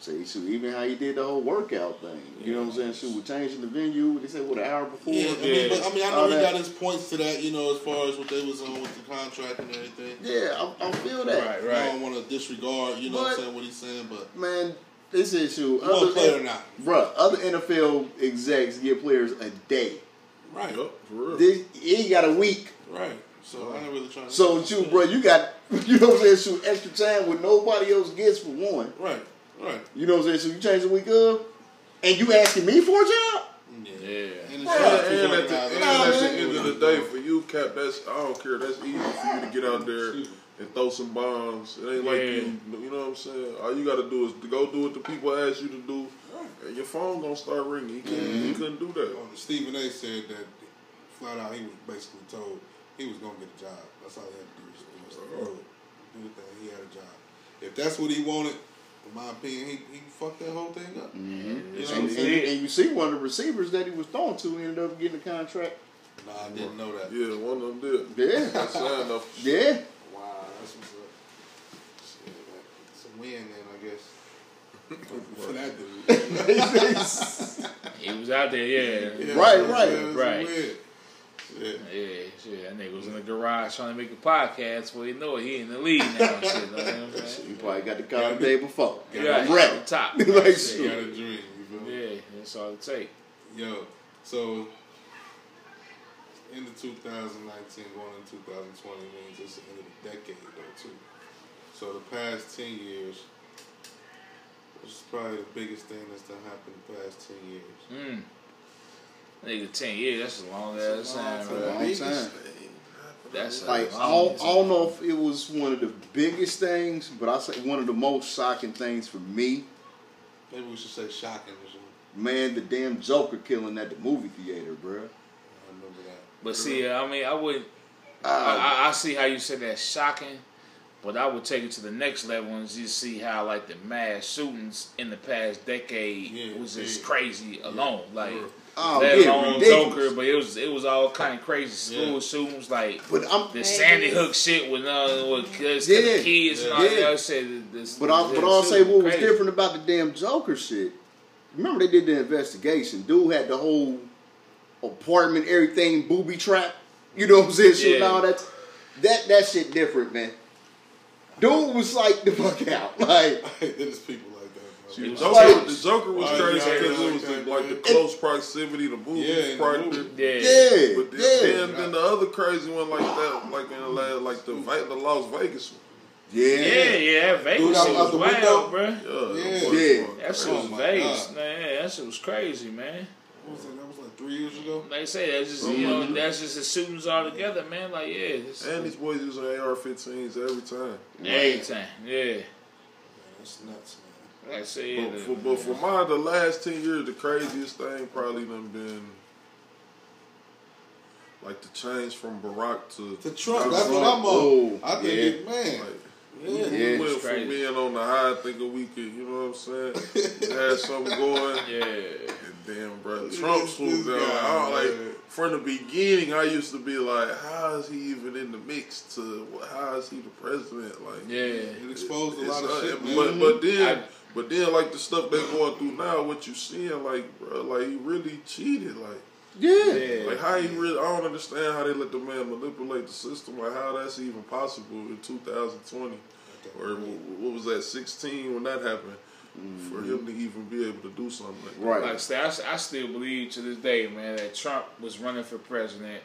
[SPEAKER 4] See, so even how he did the whole workout thing. You know what I'm saying? So we're changing the venue. They said what an hour before.
[SPEAKER 3] Yeah, I mean, but, I mean, I know
[SPEAKER 4] All
[SPEAKER 3] he
[SPEAKER 4] that.
[SPEAKER 3] got his points to that, you know, as far as what they was on with the contract and everything.
[SPEAKER 4] Yeah, I, I feel that.
[SPEAKER 3] I don't want to disregard, you know, what I'm
[SPEAKER 4] But-
[SPEAKER 3] saying what he's saying, but
[SPEAKER 4] Man, this issue.
[SPEAKER 3] You want to play or not?
[SPEAKER 4] Bruh, other NFL execs give players a day.
[SPEAKER 3] right,
[SPEAKER 6] Yup, for real.
[SPEAKER 4] This he got a week.
[SPEAKER 3] right. So I ain't really trying. to...
[SPEAKER 4] So you, bro, you got you know what I'm saying. Shoot extra time what nobody else gets for one.
[SPEAKER 3] right, right,
[SPEAKER 4] You know what I'm saying. So you change the week up, and you asking me for a job?
[SPEAKER 3] yeah.
[SPEAKER 6] And,
[SPEAKER 3] Keep
[SPEAKER 6] and
[SPEAKER 3] working
[SPEAKER 6] at the,
[SPEAKER 3] out.
[SPEAKER 6] and at the end of the day, for you, Cap, that's I don't care. That's easy for you to get out there and throw some bombs. It ain't like you, you know what I'm saying. All you got to do is to go do what the people ask you to do, and your phone gonna start ringing. You couldn't, you couldn't do that.
[SPEAKER 2] Um, Stephen A. said that flat out he was basically told he was gonna get a job. That's all he had to do. Was do the road, do the thing. He had a job. If that's what he wanted, in my opinion, he, he fucked that whole thing up. You know what I'm
[SPEAKER 4] And,
[SPEAKER 2] saying?
[SPEAKER 4] and- and you see one of the receivers that he was throwing to ended up getting a contract.
[SPEAKER 2] Nah, I didn't know that.
[SPEAKER 6] Yeah, one of them did.
[SPEAKER 4] Yeah,
[SPEAKER 6] That's sad enough.
[SPEAKER 4] yeah.
[SPEAKER 2] Wow, that's what's up. Shit, that- it's a win then, I guess. For that dude.
[SPEAKER 5] He was out there, yeah.
[SPEAKER 4] Right,
[SPEAKER 2] Yeah,
[SPEAKER 4] right,
[SPEAKER 2] it's a
[SPEAKER 5] right.
[SPEAKER 2] win. Shit.
[SPEAKER 5] Yeah, shit, that nigga was in the garage trying to make a podcast. Well, you know it, he in the lead now. shit, like, you know what I'm saying?
[SPEAKER 4] You probably got the call the day before.
[SPEAKER 5] You got it
[SPEAKER 4] Right.
[SPEAKER 5] off the top.
[SPEAKER 4] Like,
[SPEAKER 5] Like,
[SPEAKER 2] You
[SPEAKER 4] shit.
[SPEAKER 5] shit.
[SPEAKER 2] got a dream, you feel me?
[SPEAKER 5] Yeah, that's all it take.
[SPEAKER 2] Yo, so in the 2019, going into 2020 means it's the end of the decade though too. So the past 10 years, which is probably the biggest thing that's done happened the past 10 years.
[SPEAKER 5] Mm. Nigga, 10 years, that's a long ass time,
[SPEAKER 4] a
[SPEAKER 5] bro.
[SPEAKER 4] long time.
[SPEAKER 5] That's a
[SPEAKER 4] Like I
[SPEAKER 5] long
[SPEAKER 4] don't, I don't know if it was one of the biggest things, but I say one of the most shocking things for me,
[SPEAKER 2] Maybe we should say shocking or something.
[SPEAKER 4] man, the damn Joker killing at the movie theater,
[SPEAKER 2] I
[SPEAKER 4] bruh.
[SPEAKER 2] remember that.
[SPEAKER 5] But see, I mean, I wouldn't.
[SPEAKER 4] Uh,
[SPEAKER 5] I, I, I see how you said that's shocking, but I would take it to the next level and just see how like the mass shootings in the past decade
[SPEAKER 2] Yeah,
[SPEAKER 5] was just
[SPEAKER 2] yeah.
[SPEAKER 5] crazy alone. Like
[SPEAKER 4] Oh,
[SPEAKER 5] let
[SPEAKER 4] yeah,
[SPEAKER 5] alone
[SPEAKER 4] ridiculous.
[SPEAKER 5] Joker, but it was it was all kind of crazy school
[SPEAKER 2] Yeah.
[SPEAKER 5] shootings like.
[SPEAKER 4] but I'm,
[SPEAKER 5] The Sandy Hook shit with uh, with kids, the
[SPEAKER 4] Yeah,
[SPEAKER 5] kids and all
[SPEAKER 4] yeah.
[SPEAKER 5] that other shit. This,
[SPEAKER 4] but I, but I'll say what was different about the damn Joker shit. Remember they did the investigation. Dude had the whole apartment, everything booby trap. You know what I'm saying? Shit and
[SPEAKER 5] Yeah.
[SPEAKER 4] all that. That that shit different, man. Dude was like the fuck out, like.
[SPEAKER 2] There's people like that.
[SPEAKER 6] The
[SPEAKER 2] Bro.
[SPEAKER 4] was
[SPEAKER 6] Joker,
[SPEAKER 4] like-
[SPEAKER 6] the Joker was
[SPEAKER 2] Oh,
[SPEAKER 6] crazy
[SPEAKER 2] yeah,
[SPEAKER 6] because
[SPEAKER 2] yeah,
[SPEAKER 6] it was
[SPEAKER 2] okay.
[SPEAKER 6] the, like the close proximity, the movie
[SPEAKER 2] Yeah, in the
[SPEAKER 6] part.
[SPEAKER 2] movie.
[SPEAKER 5] Yeah,
[SPEAKER 4] Yeah,
[SPEAKER 6] But then,
[SPEAKER 4] yeah,
[SPEAKER 6] then, then the other crazy one like that, like in the last, like the Vi- the Las Vegas one.
[SPEAKER 4] yeah,
[SPEAKER 5] yeah, yeah. That Vegas
[SPEAKER 2] Dude, I
[SPEAKER 5] shit
[SPEAKER 2] was
[SPEAKER 5] was
[SPEAKER 2] out the
[SPEAKER 5] wild,
[SPEAKER 2] window.
[SPEAKER 5] bro.
[SPEAKER 6] Yeah,
[SPEAKER 2] Yeah.
[SPEAKER 6] boy,
[SPEAKER 4] Yeah.
[SPEAKER 6] boy,
[SPEAKER 5] That shit
[SPEAKER 2] Oh
[SPEAKER 5] was
[SPEAKER 2] my
[SPEAKER 5] Vegas,
[SPEAKER 2] God.
[SPEAKER 5] man. That shit was crazy, man.
[SPEAKER 2] What was that? That was like three years ago.
[SPEAKER 5] Like I say, that's just you know, that's just the shootings all together, man. Like yeah, it's
[SPEAKER 6] And these boys using AR-15s every time.
[SPEAKER 5] every time, yeah.
[SPEAKER 2] Man, that's nuts, man.
[SPEAKER 5] Like I say, yeah,
[SPEAKER 6] But
[SPEAKER 5] the-
[SPEAKER 6] for, but for my the last ten years, the craziest thing probably done been like the change from Barack to
[SPEAKER 2] The Trump, that's what I'm on.
[SPEAKER 4] Oh,
[SPEAKER 2] I think,
[SPEAKER 4] yeah.
[SPEAKER 2] it, man.
[SPEAKER 6] Like,
[SPEAKER 2] yeah.
[SPEAKER 6] we
[SPEAKER 4] Yeah,
[SPEAKER 6] went
[SPEAKER 5] it's crazy.
[SPEAKER 6] from being on the high thinking we could, you know what I'm saying, had something going.
[SPEAKER 5] yeah.
[SPEAKER 6] And damn, bro, Trump swooped down. I
[SPEAKER 2] guy,
[SPEAKER 6] don't,
[SPEAKER 2] man.
[SPEAKER 6] like from the beginning, I used to be like, how is he even in the mix? To how is he the president? Like,
[SPEAKER 5] Yeah,
[SPEAKER 2] It exposed a
[SPEAKER 6] It's
[SPEAKER 2] lot of
[SPEAKER 6] un-
[SPEAKER 2] shit, man.
[SPEAKER 6] But, but then,
[SPEAKER 5] I-
[SPEAKER 6] but then, like the stuff they going through now, what you seeing, like, bro, like he really cheated, like,
[SPEAKER 4] yeah.
[SPEAKER 5] yeah.
[SPEAKER 6] like how he really. I don't understand how they let the man manipulate the system, like how that's even possible in 2020, or wh- what was that 16 when that happened, for
[SPEAKER 2] Mm-hmm.
[SPEAKER 6] him to even be able to do something like that.
[SPEAKER 5] Like I
[SPEAKER 4] Right.
[SPEAKER 5] say, I, s- I still believe to this day, man, that Trump was running for president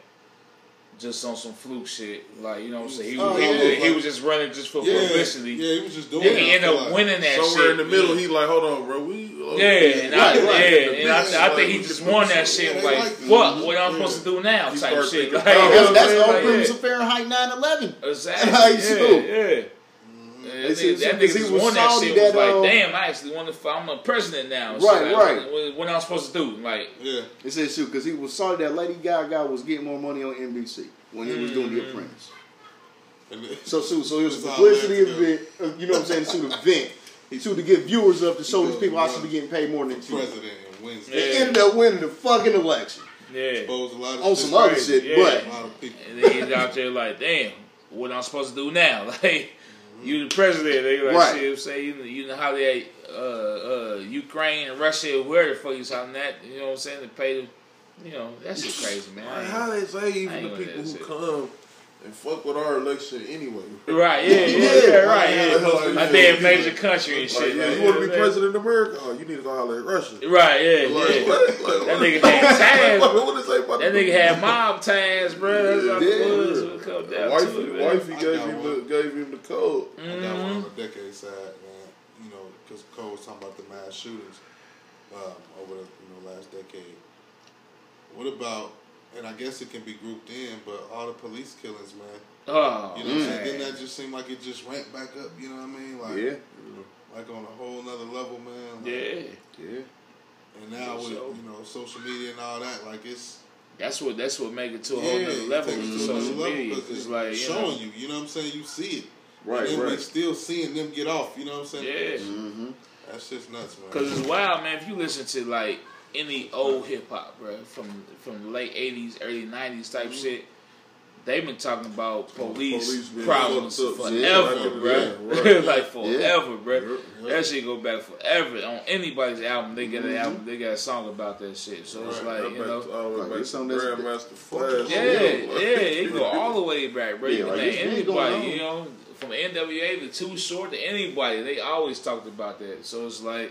[SPEAKER 5] just on some fluke shit. Like you know, what I'm saying he was,
[SPEAKER 2] Oh,
[SPEAKER 5] he, was
[SPEAKER 2] yeah.
[SPEAKER 5] he was just running just for
[SPEAKER 2] yeah,
[SPEAKER 5] publicity.
[SPEAKER 2] Yeah, he was just doing
[SPEAKER 5] Then
[SPEAKER 2] it.
[SPEAKER 5] he
[SPEAKER 2] I
[SPEAKER 5] ended
[SPEAKER 2] feel
[SPEAKER 5] up
[SPEAKER 2] like.
[SPEAKER 5] winning that
[SPEAKER 6] Somewhere
[SPEAKER 5] shit.
[SPEAKER 6] in the middle, he like, hold on, bro, we
[SPEAKER 5] Yeah, and, I,
[SPEAKER 4] Right, right.
[SPEAKER 5] yeah, and I,
[SPEAKER 2] The
[SPEAKER 5] I think he
[SPEAKER 6] business,
[SPEAKER 5] just
[SPEAKER 6] like,
[SPEAKER 5] won that
[SPEAKER 6] the
[SPEAKER 5] shit.
[SPEAKER 2] business,
[SPEAKER 5] like,
[SPEAKER 2] yeah, like,
[SPEAKER 5] fuck, what I'm
[SPEAKER 2] yeah.
[SPEAKER 5] supposed to do now?
[SPEAKER 6] You
[SPEAKER 5] type
[SPEAKER 6] start
[SPEAKER 5] shit.
[SPEAKER 6] thinking
[SPEAKER 5] Like,
[SPEAKER 6] about it.
[SPEAKER 4] That's, that's the whole
[SPEAKER 5] like,
[SPEAKER 4] premise
[SPEAKER 5] yeah.
[SPEAKER 4] of Fahrenheit 9/11.
[SPEAKER 5] Exactly.
[SPEAKER 4] How you
[SPEAKER 5] yeah,
[SPEAKER 4] feel?
[SPEAKER 5] yeah. Yeah,
[SPEAKER 4] They
[SPEAKER 5] that
[SPEAKER 4] said
[SPEAKER 5] nigga, that
[SPEAKER 4] since
[SPEAKER 5] nigga
[SPEAKER 4] he
[SPEAKER 5] just
[SPEAKER 4] was
[SPEAKER 5] won that
[SPEAKER 4] salty
[SPEAKER 5] shit. Was
[SPEAKER 4] that, um,
[SPEAKER 5] like, damn, I actually won the. I'm a president now. So,
[SPEAKER 4] Right,
[SPEAKER 5] like,
[SPEAKER 4] right.
[SPEAKER 5] What, what am I supposed to do? Like,
[SPEAKER 2] Yeah.
[SPEAKER 4] It says shoot because he was sorry that Lady Gaga was getting more money on NBC when he was doing
[SPEAKER 5] Mm-hmm.
[SPEAKER 4] The Apprentice.
[SPEAKER 2] And it-
[SPEAKER 4] So shoot, so it was a
[SPEAKER 2] It's all
[SPEAKER 4] publicity
[SPEAKER 2] that, yeah.
[SPEAKER 4] event. uh, You know what I'm saying? Shoot, event. Shoot to get viewers up to show
[SPEAKER 2] He
[SPEAKER 4] these people I should
[SPEAKER 2] does
[SPEAKER 4] be getting paid more than you.
[SPEAKER 2] president and wins.
[SPEAKER 5] Yeah.
[SPEAKER 2] Yeah.
[SPEAKER 4] They ended up winning the fucking election
[SPEAKER 5] yeah.
[SPEAKER 2] Exposed a lot of
[SPEAKER 4] on
[SPEAKER 2] shit.
[SPEAKER 4] some other
[SPEAKER 5] crazy,
[SPEAKER 4] shit,
[SPEAKER 5] yeah.
[SPEAKER 2] A lot of people.
[SPEAKER 5] And then he's out there like, damn, what am I supposed to do now? Like, you the president. They like,
[SPEAKER 4] Right.
[SPEAKER 5] shit, say, you know, you know how they, uh, uh, Ukraine and Russia, where the fuck you talking that? You know what I'm saying? To pay, the- you know, that shit crazy, man.
[SPEAKER 6] Like,
[SPEAKER 5] I
[SPEAKER 6] how they say
[SPEAKER 5] I ain't
[SPEAKER 6] even the
[SPEAKER 5] with
[SPEAKER 6] people
[SPEAKER 5] that
[SPEAKER 6] who
[SPEAKER 5] shit.
[SPEAKER 6] come and fuck with our election anyway?
[SPEAKER 5] ain't- Right, yeah, yeah,
[SPEAKER 4] Yeah,
[SPEAKER 5] yeah, right, yeah.
[SPEAKER 6] like,
[SPEAKER 5] My damn major country and
[SPEAKER 6] Like,
[SPEAKER 5] shit.
[SPEAKER 6] yeah,
[SPEAKER 5] like,
[SPEAKER 6] you want to be
[SPEAKER 5] yeah,
[SPEAKER 6] president of America? Oh, you need to go holler at Russia.
[SPEAKER 5] yeah. Right, yeah,
[SPEAKER 6] Like,
[SPEAKER 5] yeah.
[SPEAKER 6] what? Like,
[SPEAKER 5] That
[SPEAKER 6] what-
[SPEAKER 5] nigga had tabs.
[SPEAKER 6] Like, what did they say about
[SPEAKER 5] That
[SPEAKER 6] the-
[SPEAKER 5] nigga had mob ties, bro. That's how
[SPEAKER 4] Yeah,
[SPEAKER 5] the
[SPEAKER 4] yeah.
[SPEAKER 5] woods would come down to
[SPEAKER 6] Wifey,
[SPEAKER 5] it, man.
[SPEAKER 6] wifey
[SPEAKER 2] I
[SPEAKER 6] gave
[SPEAKER 2] got
[SPEAKER 6] him
[SPEAKER 2] one.
[SPEAKER 6] the gave him the code.
[SPEAKER 2] I got one on the decade side, man. You know, because Cole was talking about the mass shootings um, over the you know, last decade.
[SPEAKER 3] What about? And I guess it can be grouped in, but all the police killings, man.
[SPEAKER 5] Oh,
[SPEAKER 3] You know, what I'm
[SPEAKER 5] man.
[SPEAKER 3] saying? didn't that just seem like it just ramped back up? You know what I mean? Like,
[SPEAKER 4] Yeah,
[SPEAKER 3] like on a whole nother level, man. Like,
[SPEAKER 5] yeah.
[SPEAKER 4] yeah.
[SPEAKER 3] And now with
[SPEAKER 5] So-
[SPEAKER 3] you know social media and all that, like it's
[SPEAKER 5] That's what that's what make it to a whole
[SPEAKER 3] yeah,
[SPEAKER 5] nother
[SPEAKER 3] it
[SPEAKER 5] level
[SPEAKER 3] takes
[SPEAKER 5] with
[SPEAKER 3] it
[SPEAKER 5] the
[SPEAKER 3] to another
[SPEAKER 5] social
[SPEAKER 3] level
[SPEAKER 5] media.
[SPEAKER 3] 'cause
[SPEAKER 5] It's
[SPEAKER 3] it's
[SPEAKER 5] like you know,
[SPEAKER 3] showing you. You know what I'm saying? You see it,
[SPEAKER 4] Right,
[SPEAKER 3] and then we
[SPEAKER 4] right.
[SPEAKER 3] still seeing them get off. You know what I'm saying?
[SPEAKER 5] yeah.
[SPEAKER 3] That's just nuts, man.
[SPEAKER 5] Cause it's wild, man. If you listen to like any old hip hop, bro, from from the late '80s, early '90s type shit, they've been talking about police,
[SPEAKER 6] Oh, Police been
[SPEAKER 5] problems
[SPEAKER 6] fucked up.
[SPEAKER 5] forever,
[SPEAKER 6] Yeah,
[SPEAKER 5] bro.
[SPEAKER 6] yeah, right.
[SPEAKER 5] like forever, bro.
[SPEAKER 3] Yeah.
[SPEAKER 5] That shit go back forever. On anybody's album, they got an album, they got a song about that shit. So it's
[SPEAKER 6] Right,
[SPEAKER 5] like you
[SPEAKER 6] that
[SPEAKER 5] know,
[SPEAKER 6] back to- all the way
[SPEAKER 4] Like,
[SPEAKER 6] back
[SPEAKER 4] it's
[SPEAKER 6] to
[SPEAKER 4] on this-
[SPEAKER 6] Grandmaster Flash.
[SPEAKER 5] yeah,
[SPEAKER 6] Yeah,
[SPEAKER 5] yeah, it go all the way back, bro.
[SPEAKER 4] Yeah,
[SPEAKER 5] you can
[SPEAKER 4] like,
[SPEAKER 5] name
[SPEAKER 4] it's been going
[SPEAKER 5] anybody,
[SPEAKER 4] on.
[SPEAKER 5] you know, from NWA to Too Short to anybody, they always talked about that. So it's like,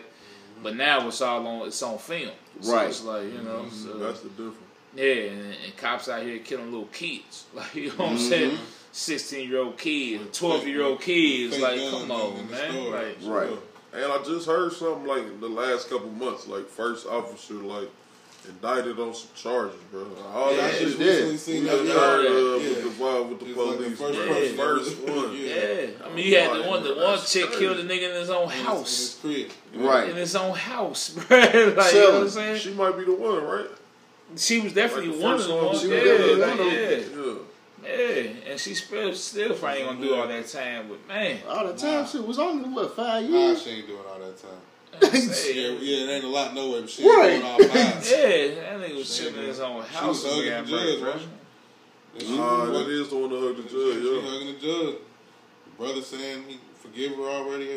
[SPEAKER 5] but now it's all on, it's on film, so
[SPEAKER 4] Right.
[SPEAKER 5] It's like you know, so,
[SPEAKER 6] That's the difference.
[SPEAKER 5] yeah, and, and cops out here killing little kids, like you know what I'm saying,
[SPEAKER 4] Mm-hmm.
[SPEAKER 5] sixteen year old kids, twelve year old kids,
[SPEAKER 3] fake
[SPEAKER 5] like
[SPEAKER 3] guns
[SPEAKER 5] come
[SPEAKER 3] in
[SPEAKER 5] on,
[SPEAKER 3] the
[SPEAKER 5] man,
[SPEAKER 3] store.
[SPEAKER 5] like
[SPEAKER 4] Right.
[SPEAKER 6] And I just heard something like in the last couple months, like first officer like indicted on some charges, bro. All
[SPEAKER 3] I
[SPEAKER 5] Yeah,
[SPEAKER 6] that
[SPEAKER 3] just
[SPEAKER 6] shit
[SPEAKER 4] it's
[SPEAKER 6] we
[SPEAKER 4] dead.
[SPEAKER 3] recently seen
[SPEAKER 6] just
[SPEAKER 3] that.
[SPEAKER 5] Yeah.
[SPEAKER 6] heard
[SPEAKER 5] Yeah.
[SPEAKER 6] of uh, with the vibe with the
[SPEAKER 3] It's like the
[SPEAKER 6] police,
[SPEAKER 3] first
[SPEAKER 6] bro.
[SPEAKER 3] person.
[SPEAKER 6] First one.
[SPEAKER 3] Yeah.
[SPEAKER 5] yeah. I mean, you had the one, the one
[SPEAKER 6] That's
[SPEAKER 5] chick
[SPEAKER 6] crazy.
[SPEAKER 5] killed a nigga in his own
[SPEAKER 3] In his-
[SPEAKER 5] house,
[SPEAKER 3] in his crib.
[SPEAKER 5] in
[SPEAKER 4] Right.
[SPEAKER 5] his own house, bro. like you know what I'm
[SPEAKER 4] Selling.
[SPEAKER 5] saying.
[SPEAKER 6] She might be the one, right?
[SPEAKER 5] She was definitely
[SPEAKER 6] Like the
[SPEAKER 5] one of
[SPEAKER 6] first
[SPEAKER 5] the
[SPEAKER 6] one,
[SPEAKER 5] ones.
[SPEAKER 6] she
[SPEAKER 5] Yeah,
[SPEAKER 6] was definitely
[SPEAKER 5] like,
[SPEAKER 6] one of
[SPEAKER 5] yeah,
[SPEAKER 6] them. Yeah.
[SPEAKER 5] yeah. And she still, still probably ain't gonna do all that time with man.
[SPEAKER 4] All the time, shit was only what five
[SPEAKER 3] Nah,
[SPEAKER 4] years.
[SPEAKER 3] she ain't doing all that time.
[SPEAKER 5] I'm
[SPEAKER 3] Yeah,
[SPEAKER 5] saying.
[SPEAKER 3] yeah, it ain't a lot nowhere, but she ain't
[SPEAKER 4] Right.
[SPEAKER 3] doing all five.
[SPEAKER 5] Yeah, that nigga was
[SPEAKER 3] She
[SPEAKER 5] sitting in his own
[SPEAKER 3] She
[SPEAKER 5] house.
[SPEAKER 3] was hugging
[SPEAKER 5] when
[SPEAKER 3] the
[SPEAKER 5] we got
[SPEAKER 3] judge,
[SPEAKER 5] back,
[SPEAKER 3] right? She
[SPEAKER 6] Ah,
[SPEAKER 3] was-
[SPEAKER 6] that is the one that hugged the
[SPEAKER 3] she was
[SPEAKER 6] judge,
[SPEAKER 3] hugging the judge. Brother saying he forgive her already. Yeah,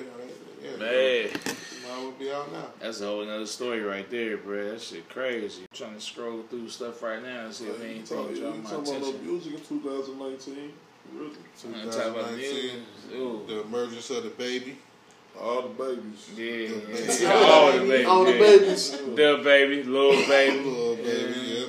[SPEAKER 3] yeah,
[SPEAKER 5] bro. Man,
[SPEAKER 3] she might well be out now.
[SPEAKER 5] that's a whole another story right there, bro. That shit crazy. I'm trying to scroll through stuff right now and see
[SPEAKER 6] Oh, yeah.
[SPEAKER 5] if
[SPEAKER 6] You
[SPEAKER 5] anything
[SPEAKER 6] talking,
[SPEAKER 5] drawing
[SPEAKER 6] you
[SPEAKER 5] my
[SPEAKER 6] talking about no
[SPEAKER 5] attention.
[SPEAKER 6] music in 2019? Really?
[SPEAKER 5] I'm gonna talk about the music.
[SPEAKER 3] 2019,
[SPEAKER 5] Ooh.
[SPEAKER 3] the emergence of the baby.
[SPEAKER 6] All the babies.
[SPEAKER 5] Yeah,
[SPEAKER 3] baby.
[SPEAKER 5] yeah. All the baby,
[SPEAKER 4] On the
[SPEAKER 5] yeah.
[SPEAKER 4] babies.
[SPEAKER 5] The baby, little baby.
[SPEAKER 3] Little baby, yeah.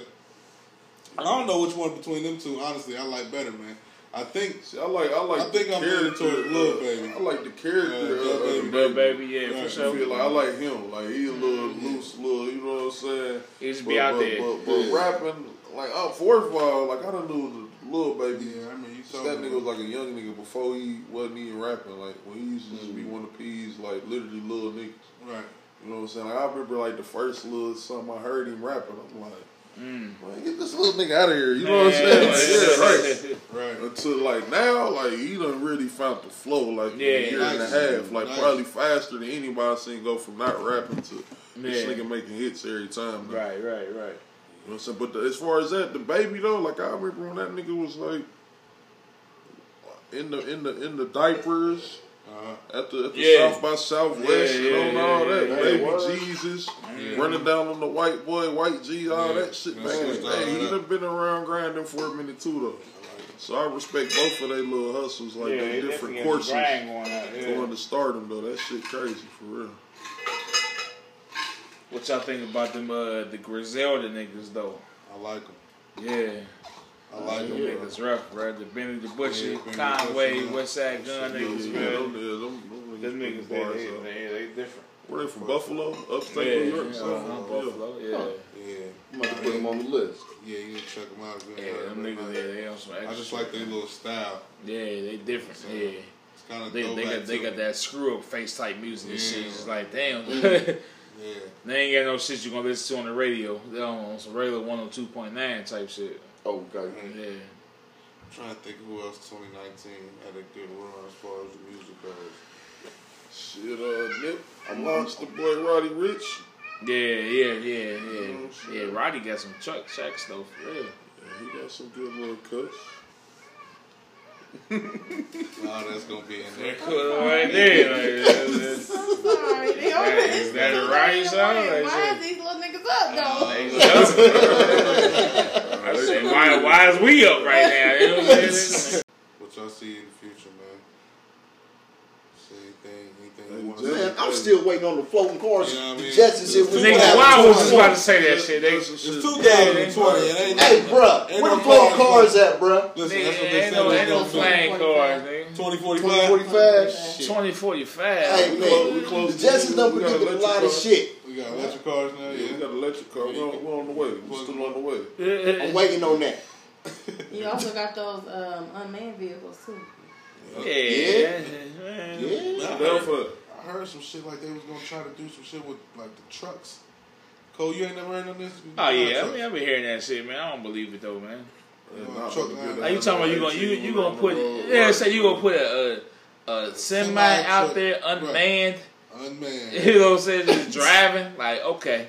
[SPEAKER 3] I don't know which one between them two. Honestly, I like better, man. I think
[SPEAKER 6] See, I like I like
[SPEAKER 3] I think
[SPEAKER 6] the
[SPEAKER 3] I'm leaning
[SPEAKER 6] character
[SPEAKER 3] towards Lil Baby.
[SPEAKER 6] I like the character
[SPEAKER 3] Yeah,
[SPEAKER 6] of
[SPEAKER 3] Lil
[SPEAKER 6] of
[SPEAKER 3] Baby.
[SPEAKER 6] the
[SPEAKER 5] Little
[SPEAKER 6] baby.
[SPEAKER 5] baby, yeah, for
[SPEAKER 3] Right.
[SPEAKER 6] I feel
[SPEAKER 5] sure.
[SPEAKER 6] like I like him. Like he a little loose, little. You know what I'm saying?
[SPEAKER 5] He just
[SPEAKER 6] But-
[SPEAKER 5] be out
[SPEAKER 6] Mm-hmm. but,
[SPEAKER 5] there.
[SPEAKER 6] But, but
[SPEAKER 3] Yeah.
[SPEAKER 6] rapping, like I'm fourth of all, like I done knew the little baby.
[SPEAKER 3] Yeah, I mean, you
[SPEAKER 6] That
[SPEAKER 3] told
[SPEAKER 6] nigga was
[SPEAKER 3] me.
[SPEAKER 6] like a young nigga before he wasn't even rapping. Like when he used to just be one of these, like literally little niggas.
[SPEAKER 3] Right.
[SPEAKER 6] You know what I'm saying? Like, I remember like the first little something I heard him rapping. I'm like,
[SPEAKER 5] Mm.
[SPEAKER 6] man, get this little nigga out of here. You know what I'm saying? Like, yeah, right.
[SPEAKER 3] Right.
[SPEAKER 6] Until like now, like he done really found the flow like in
[SPEAKER 5] Yeah,
[SPEAKER 6] a year and a
[SPEAKER 3] nice.
[SPEAKER 6] half, like
[SPEAKER 3] Nice.
[SPEAKER 6] probably faster than anybody I seen go from not rapping to this
[SPEAKER 5] Yeah.
[SPEAKER 6] nigga making hits every time. now.
[SPEAKER 5] Right, right, right.
[SPEAKER 6] You know what I'm saying? But the, as far as that, the baby though, like I remember when that nigga was like in the in the in the diapers.
[SPEAKER 3] Uh-huh.
[SPEAKER 6] At the, at the
[SPEAKER 5] Yeah.
[SPEAKER 6] South by Southwest
[SPEAKER 5] Yeah,
[SPEAKER 6] and
[SPEAKER 5] yeah,
[SPEAKER 6] on
[SPEAKER 5] yeah,
[SPEAKER 6] all
[SPEAKER 5] yeah,
[SPEAKER 6] that,
[SPEAKER 5] yeah.
[SPEAKER 6] baby
[SPEAKER 5] Word.
[SPEAKER 6] Jesus running down on the white boy, white G, all that shit,
[SPEAKER 3] Yeah,
[SPEAKER 6] man.
[SPEAKER 3] switched all
[SPEAKER 6] Hey, he
[SPEAKER 3] that.
[SPEAKER 6] done been around grinding for a minute too though. So I respect both of their little hustles, like
[SPEAKER 5] Yeah,
[SPEAKER 6] their
[SPEAKER 5] they
[SPEAKER 6] different
[SPEAKER 5] definitely
[SPEAKER 6] courses.
[SPEAKER 5] got the grind going out, yeah.
[SPEAKER 6] Going to stardom though, that shit crazy for real.
[SPEAKER 5] What y'all think about them uh the Griselda niggas though?
[SPEAKER 3] I like him.
[SPEAKER 5] Yeah.
[SPEAKER 3] I like
[SPEAKER 5] Them
[SPEAKER 3] him. bro.
[SPEAKER 5] niggas rough, bro. The Benny the Butcher,
[SPEAKER 3] Yeah, Benny the
[SPEAKER 5] Conway,
[SPEAKER 3] Butcher, yeah.
[SPEAKER 5] West Side Gun niggas,
[SPEAKER 6] yeah,
[SPEAKER 5] bro.
[SPEAKER 6] them, yeah, them, them
[SPEAKER 5] Them niggas, they,
[SPEAKER 6] bars
[SPEAKER 5] they,
[SPEAKER 6] out.
[SPEAKER 5] they, they different.
[SPEAKER 6] Where they from? Buffalo,
[SPEAKER 5] Yeah,
[SPEAKER 6] upstate New
[SPEAKER 5] yeah,
[SPEAKER 6] York,
[SPEAKER 5] uh-huh,
[SPEAKER 6] something? Yeah.
[SPEAKER 5] Buffalo, yeah.
[SPEAKER 3] Yeah.
[SPEAKER 4] I'm about to put him on the list.
[SPEAKER 3] Yeah, you need to check them out. if you ain't
[SPEAKER 5] Yeah,
[SPEAKER 3] heard
[SPEAKER 5] them
[SPEAKER 3] about
[SPEAKER 5] niggas,
[SPEAKER 3] it.
[SPEAKER 5] yeah, they on some extra.
[SPEAKER 3] I just like
[SPEAKER 5] shit.
[SPEAKER 3] their little style.
[SPEAKER 5] Yeah, they different.
[SPEAKER 3] So,
[SPEAKER 5] Yeah,
[SPEAKER 3] It's kind of
[SPEAKER 5] they, they
[SPEAKER 3] throwback
[SPEAKER 5] got they
[SPEAKER 3] to
[SPEAKER 5] got
[SPEAKER 3] me.
[SPEAKER 5] that screw up face type music and shit.
[SPEAKER 3] Yeah.
[SPEAKER 5] It's just like damn,
[SPEAKER 3] Yeah.
[SPEAKER 5] they ain't got no shit you gonna listen to on the radio. They on, on some regular one hundred two point nine type shit.
[SPEAKER 4] Oh, God.
[SPEAKER 5] Yeah,
[SPEAKER 3] I'm trying to think who else 2019 had a good run as far as the music goes.
[SPEAKER 6] Shit, uh, Nip, I launched the boy Roddy Rich.
[SPEAKER 5] yeah, yeah, yeah, yeah.
[SPEAKER 6] Oh, shit.
[SPEAKER 5] Yeah, Roddy got some chuck checks though, for real.
[SPEAKER 6] Yeah, he got some good little cuts.
[SPEAKER 3] Nah, that's gonna be in there.
[SPEAKER 5] Cool right there. Like,
[SPEAKER 7] Sorry, they over
[SPEAKER 5] That-
[SPEAKER 7] this.
[SPEAKER 5] that
[SPEAKER 7] nigga
[SPEAKER 5] right
[SPEAKER 7] over
[SPEAKER 5] side,
[SPEAKER 7] here.
[SPEAKER 5] right
[SPEAKER 7] Why
[SPEAKER 5] side.
[SPEAKER 7] is these little niggas up
[SPEAKER 5] Oh,
[SPEAKER 7] though?
[SPEAKER 5] I said, why, why is we up right now? You know what I'm saying?
[SPEAKER 3] What y'all see in the future, man? See anything? Anything you
[SPEAKER 6] Hey,
[SPEAKER 3] want to
[SPEAKER 6] Jeff.
[SPEAKER 4] Man,
[SPEAKER 3] see?
[SPEAKER 4] I'm still waiting on the floating cars.
[SPEAKER 3] You know what I mean?
[SPEAKER 4] Justice, if we
[SPEAKER 5] Nigga,
[SPEAKER 4] have
[SPEAKER 5] why
[SPEAKER 4] two
[SPEAKER 5] was just
[SPEAKER 4] more.
[SPEAKER 5] about to say that shit? They,
[SPEAKER 6] That's the shit.
[SPEAKER 3] 2020. It ain't
[SPEAKER 4] Hey,
[SPEAKER 3] nothing.
[SPEAKER 4] bruh,
[SPEAKER 3] Ain't
[SPEAKER 4] where
[SPEAKER 3] no
[SPEAKER 4] the floating
[SPEAKER 3] cars.
[SPEAKER 4] cars at, bruh?
[SPEAKER 3] Listen, that's
[SPEAKER 5] nigga,
[SPEAKER 3] what they
[SPEAKER 5] ain't no, ain't no
[SPEAKER 3] said.
[SPEAKER 5] flying cars, nigga.
[SPEAKER 3] 2045.
[SPEAKER 4] 2045.
[SPEAKER 3] Shit.
[SPEAKER 5] 2045.
[SPEAKER 4] Hey,
[SPEAKER 6] close-
[SPEAKER 4] man,
[SPEAKER 6] we close
[SPEAKER 4] the Justice
[SPEAKER 6] to-
[SPEAKER 4] done
[SPEAKER 6] we
[SPEAKER 4] predicted a
[SPEAKER 6] gotta let
[SPEAKER 4] lot
[SPEAKER 6] you
[SPEAKER 4] of
[SPEAKER 6] go.
[SPEAKER 4] shit.
[SPEAKER 3] We got got electric cars now.
[SPEAKER 6] Yeah, we
[SPEAKER 3] Yeah.
[SPEAKER 6] got electric car. We're on, we're on the way. We're still on the way.
[SPEAKER 4] I'm waiting on that.
[SPEAKER 7] You also got those um, unmanned vehicles too.
[SPEAKER 5] Yeah.
[SPEAKER 4] Yeah.
[SPEAKER 3] I,
[SPEAKER 6] Down
[SPEAKER 3] heard,
[SPEAKER 6] for that.
[SPEAKER 3] I heard some shit like they was gonna try to do some shit with like the trucks. Cole, you ain't never heard on this?
[SPEAKER 5] Oh yeah, I
[SPEAKER 3] Trucks.
[SPEAKER 5] mean, I've been hearing that shit, man. I don't believe it though, man.
[SPEAKER 6] And
[SPEAKER 3] Nah,
[SPEAKER 6] not
[SPEAKER 3] truck
[SPEAKER 6] really
[SPEAKER 3] line.
[SPEAKER 6] good
[SPEAKER 3] Are
[SPEAKER 5] Are you
[SPEAKER 6] at
[SPEAKER 5] talking about
[SPEAKER 6] it.
[SPEAKER 5] you gonna you you gonna
[SPEAKER 6] on
[SPEAKER 5] put
[SPEAKER 6] the road,
[SPEAKER 5] yeah?
[SPEAKER 6] right.
[SPEAKER 5] Say you gonna put a a, a semi
[SPEAKER 3] Semi
[SPEAKER 5] out
[SPEAKER 3] truck.
[SPEAKER 5] there unmanned?
[SPEAKER 3] Unmanned.
[SPEAKER 5] You know what I'm saying? Just driving like okay,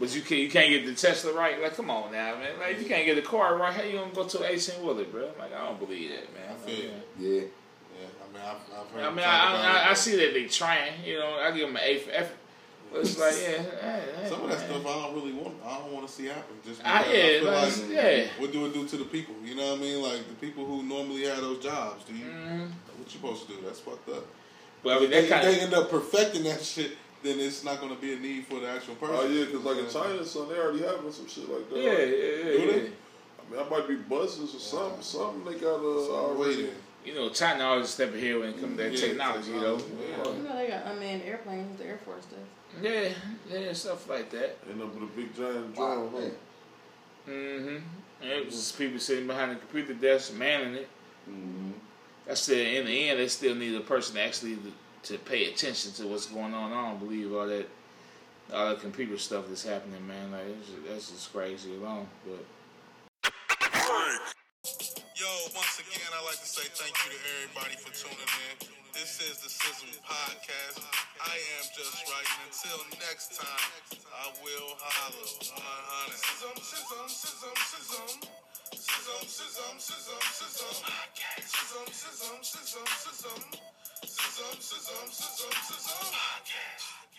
[SPEAKER 5] but you can you can't get the Tesla right. Like come on now, man. Like if you can't get the car right, how you gonna go to eighteen wheeler, bro? Like I don't believe that, man.
[SPEAKER 3] I feel you.
[SPEAKER 4] Yeah.
[SPEAKER 3] Yeah, I mean, I've, I've heard.
[SPEAKER 5] I mean,
[SPEAKER 3] them
[SPEAKER 5] I,
[SPEAKER 3] talk about
[SPEAKER 5] I, I,
[SPEAKER 3] it.
[SPEAKER 5] I see that they trying. You know, I give them an A for effort. But it's like, yeah, eh,
[SPEAKER 3] Some of that
[SPEAKER 5] eh,
[SPEAKER 3] stuff I don't really want. I don't want to see happen. Just
[SPEAKER 5] Ah,
[SPEAKER 3] because
[SPEAKER 5] yeah,
[SPEAKER 3] I
[SPEAKER 5] like,
[SPEAKER 3] feel like,
[SPEAKER 5] yeah.
[SPEAKER 3] what do it do to the people? You know what I mean? Like the people who normally have those jobs. Do you? What you supposed to do? That's fucked up.
[SPEAKER 5] But I mean, Mm-hmm.
[SPEAKER 3] If
[SPEAKER 5] that
[SPEAKER 3] they,
[SPEAKER 5] kind
[SPEAKER 3] they
[SPEAKER 5] of
[SPEAKER 3] end up perfecting that shit, then it's not going to be a need for the actual person.
[SPEAKER 6] Oh yeah, because like in China, son, they already having some shit like that.
[SPEAKER 5] yeah, yeah, yeah,
[SPEAKER 3] they?
[SPEAKER 5] yeah.
[SPEAKER 6] I mean, I might be buses or something. Something they got uh,
[SPEAKER 3] Waiting.
[SPEAKER 6] already.
[SPEAKER 5] You know, China always step ahead when it comes to that
[SPEAKER 3] Yeah,
[SPEAKER 5] technology, though.
[SPEAKER 7] You know they got unmanned airplanes, the Air Force does.
[SPEAKER 5] Yeah, yeah, stuff like that.
[SPEAKER 6] And up with a big giant
[SPEAKER 4] Wow,
[SPEAKER 6] drone.
[SPEAKER 4] man.
[SPEAKER 5] Mm-hmm. And it was just people sitting behind the computer desk manning it. I said, in the end, they still need a person to actually to, to pay attention to what's going on. I don't believe all that, all that computer stuff that's happening, man. Like it's just, that's just crazy alone. But
[SPEAKER 2] Yo, once again, I'd like to say thank you to everybody for tuning in. This is the Sizzle Podcast. I am just right. And until next time, I will holler. 100. Sizzum, sizzum, sizzum, sizzum. Sizzum, sizzum, sizzum, sizzum. Sizzum, sizzum, sizzum, sizzum. Sizzum, sizzum, sizzum, sizzum. Podcast.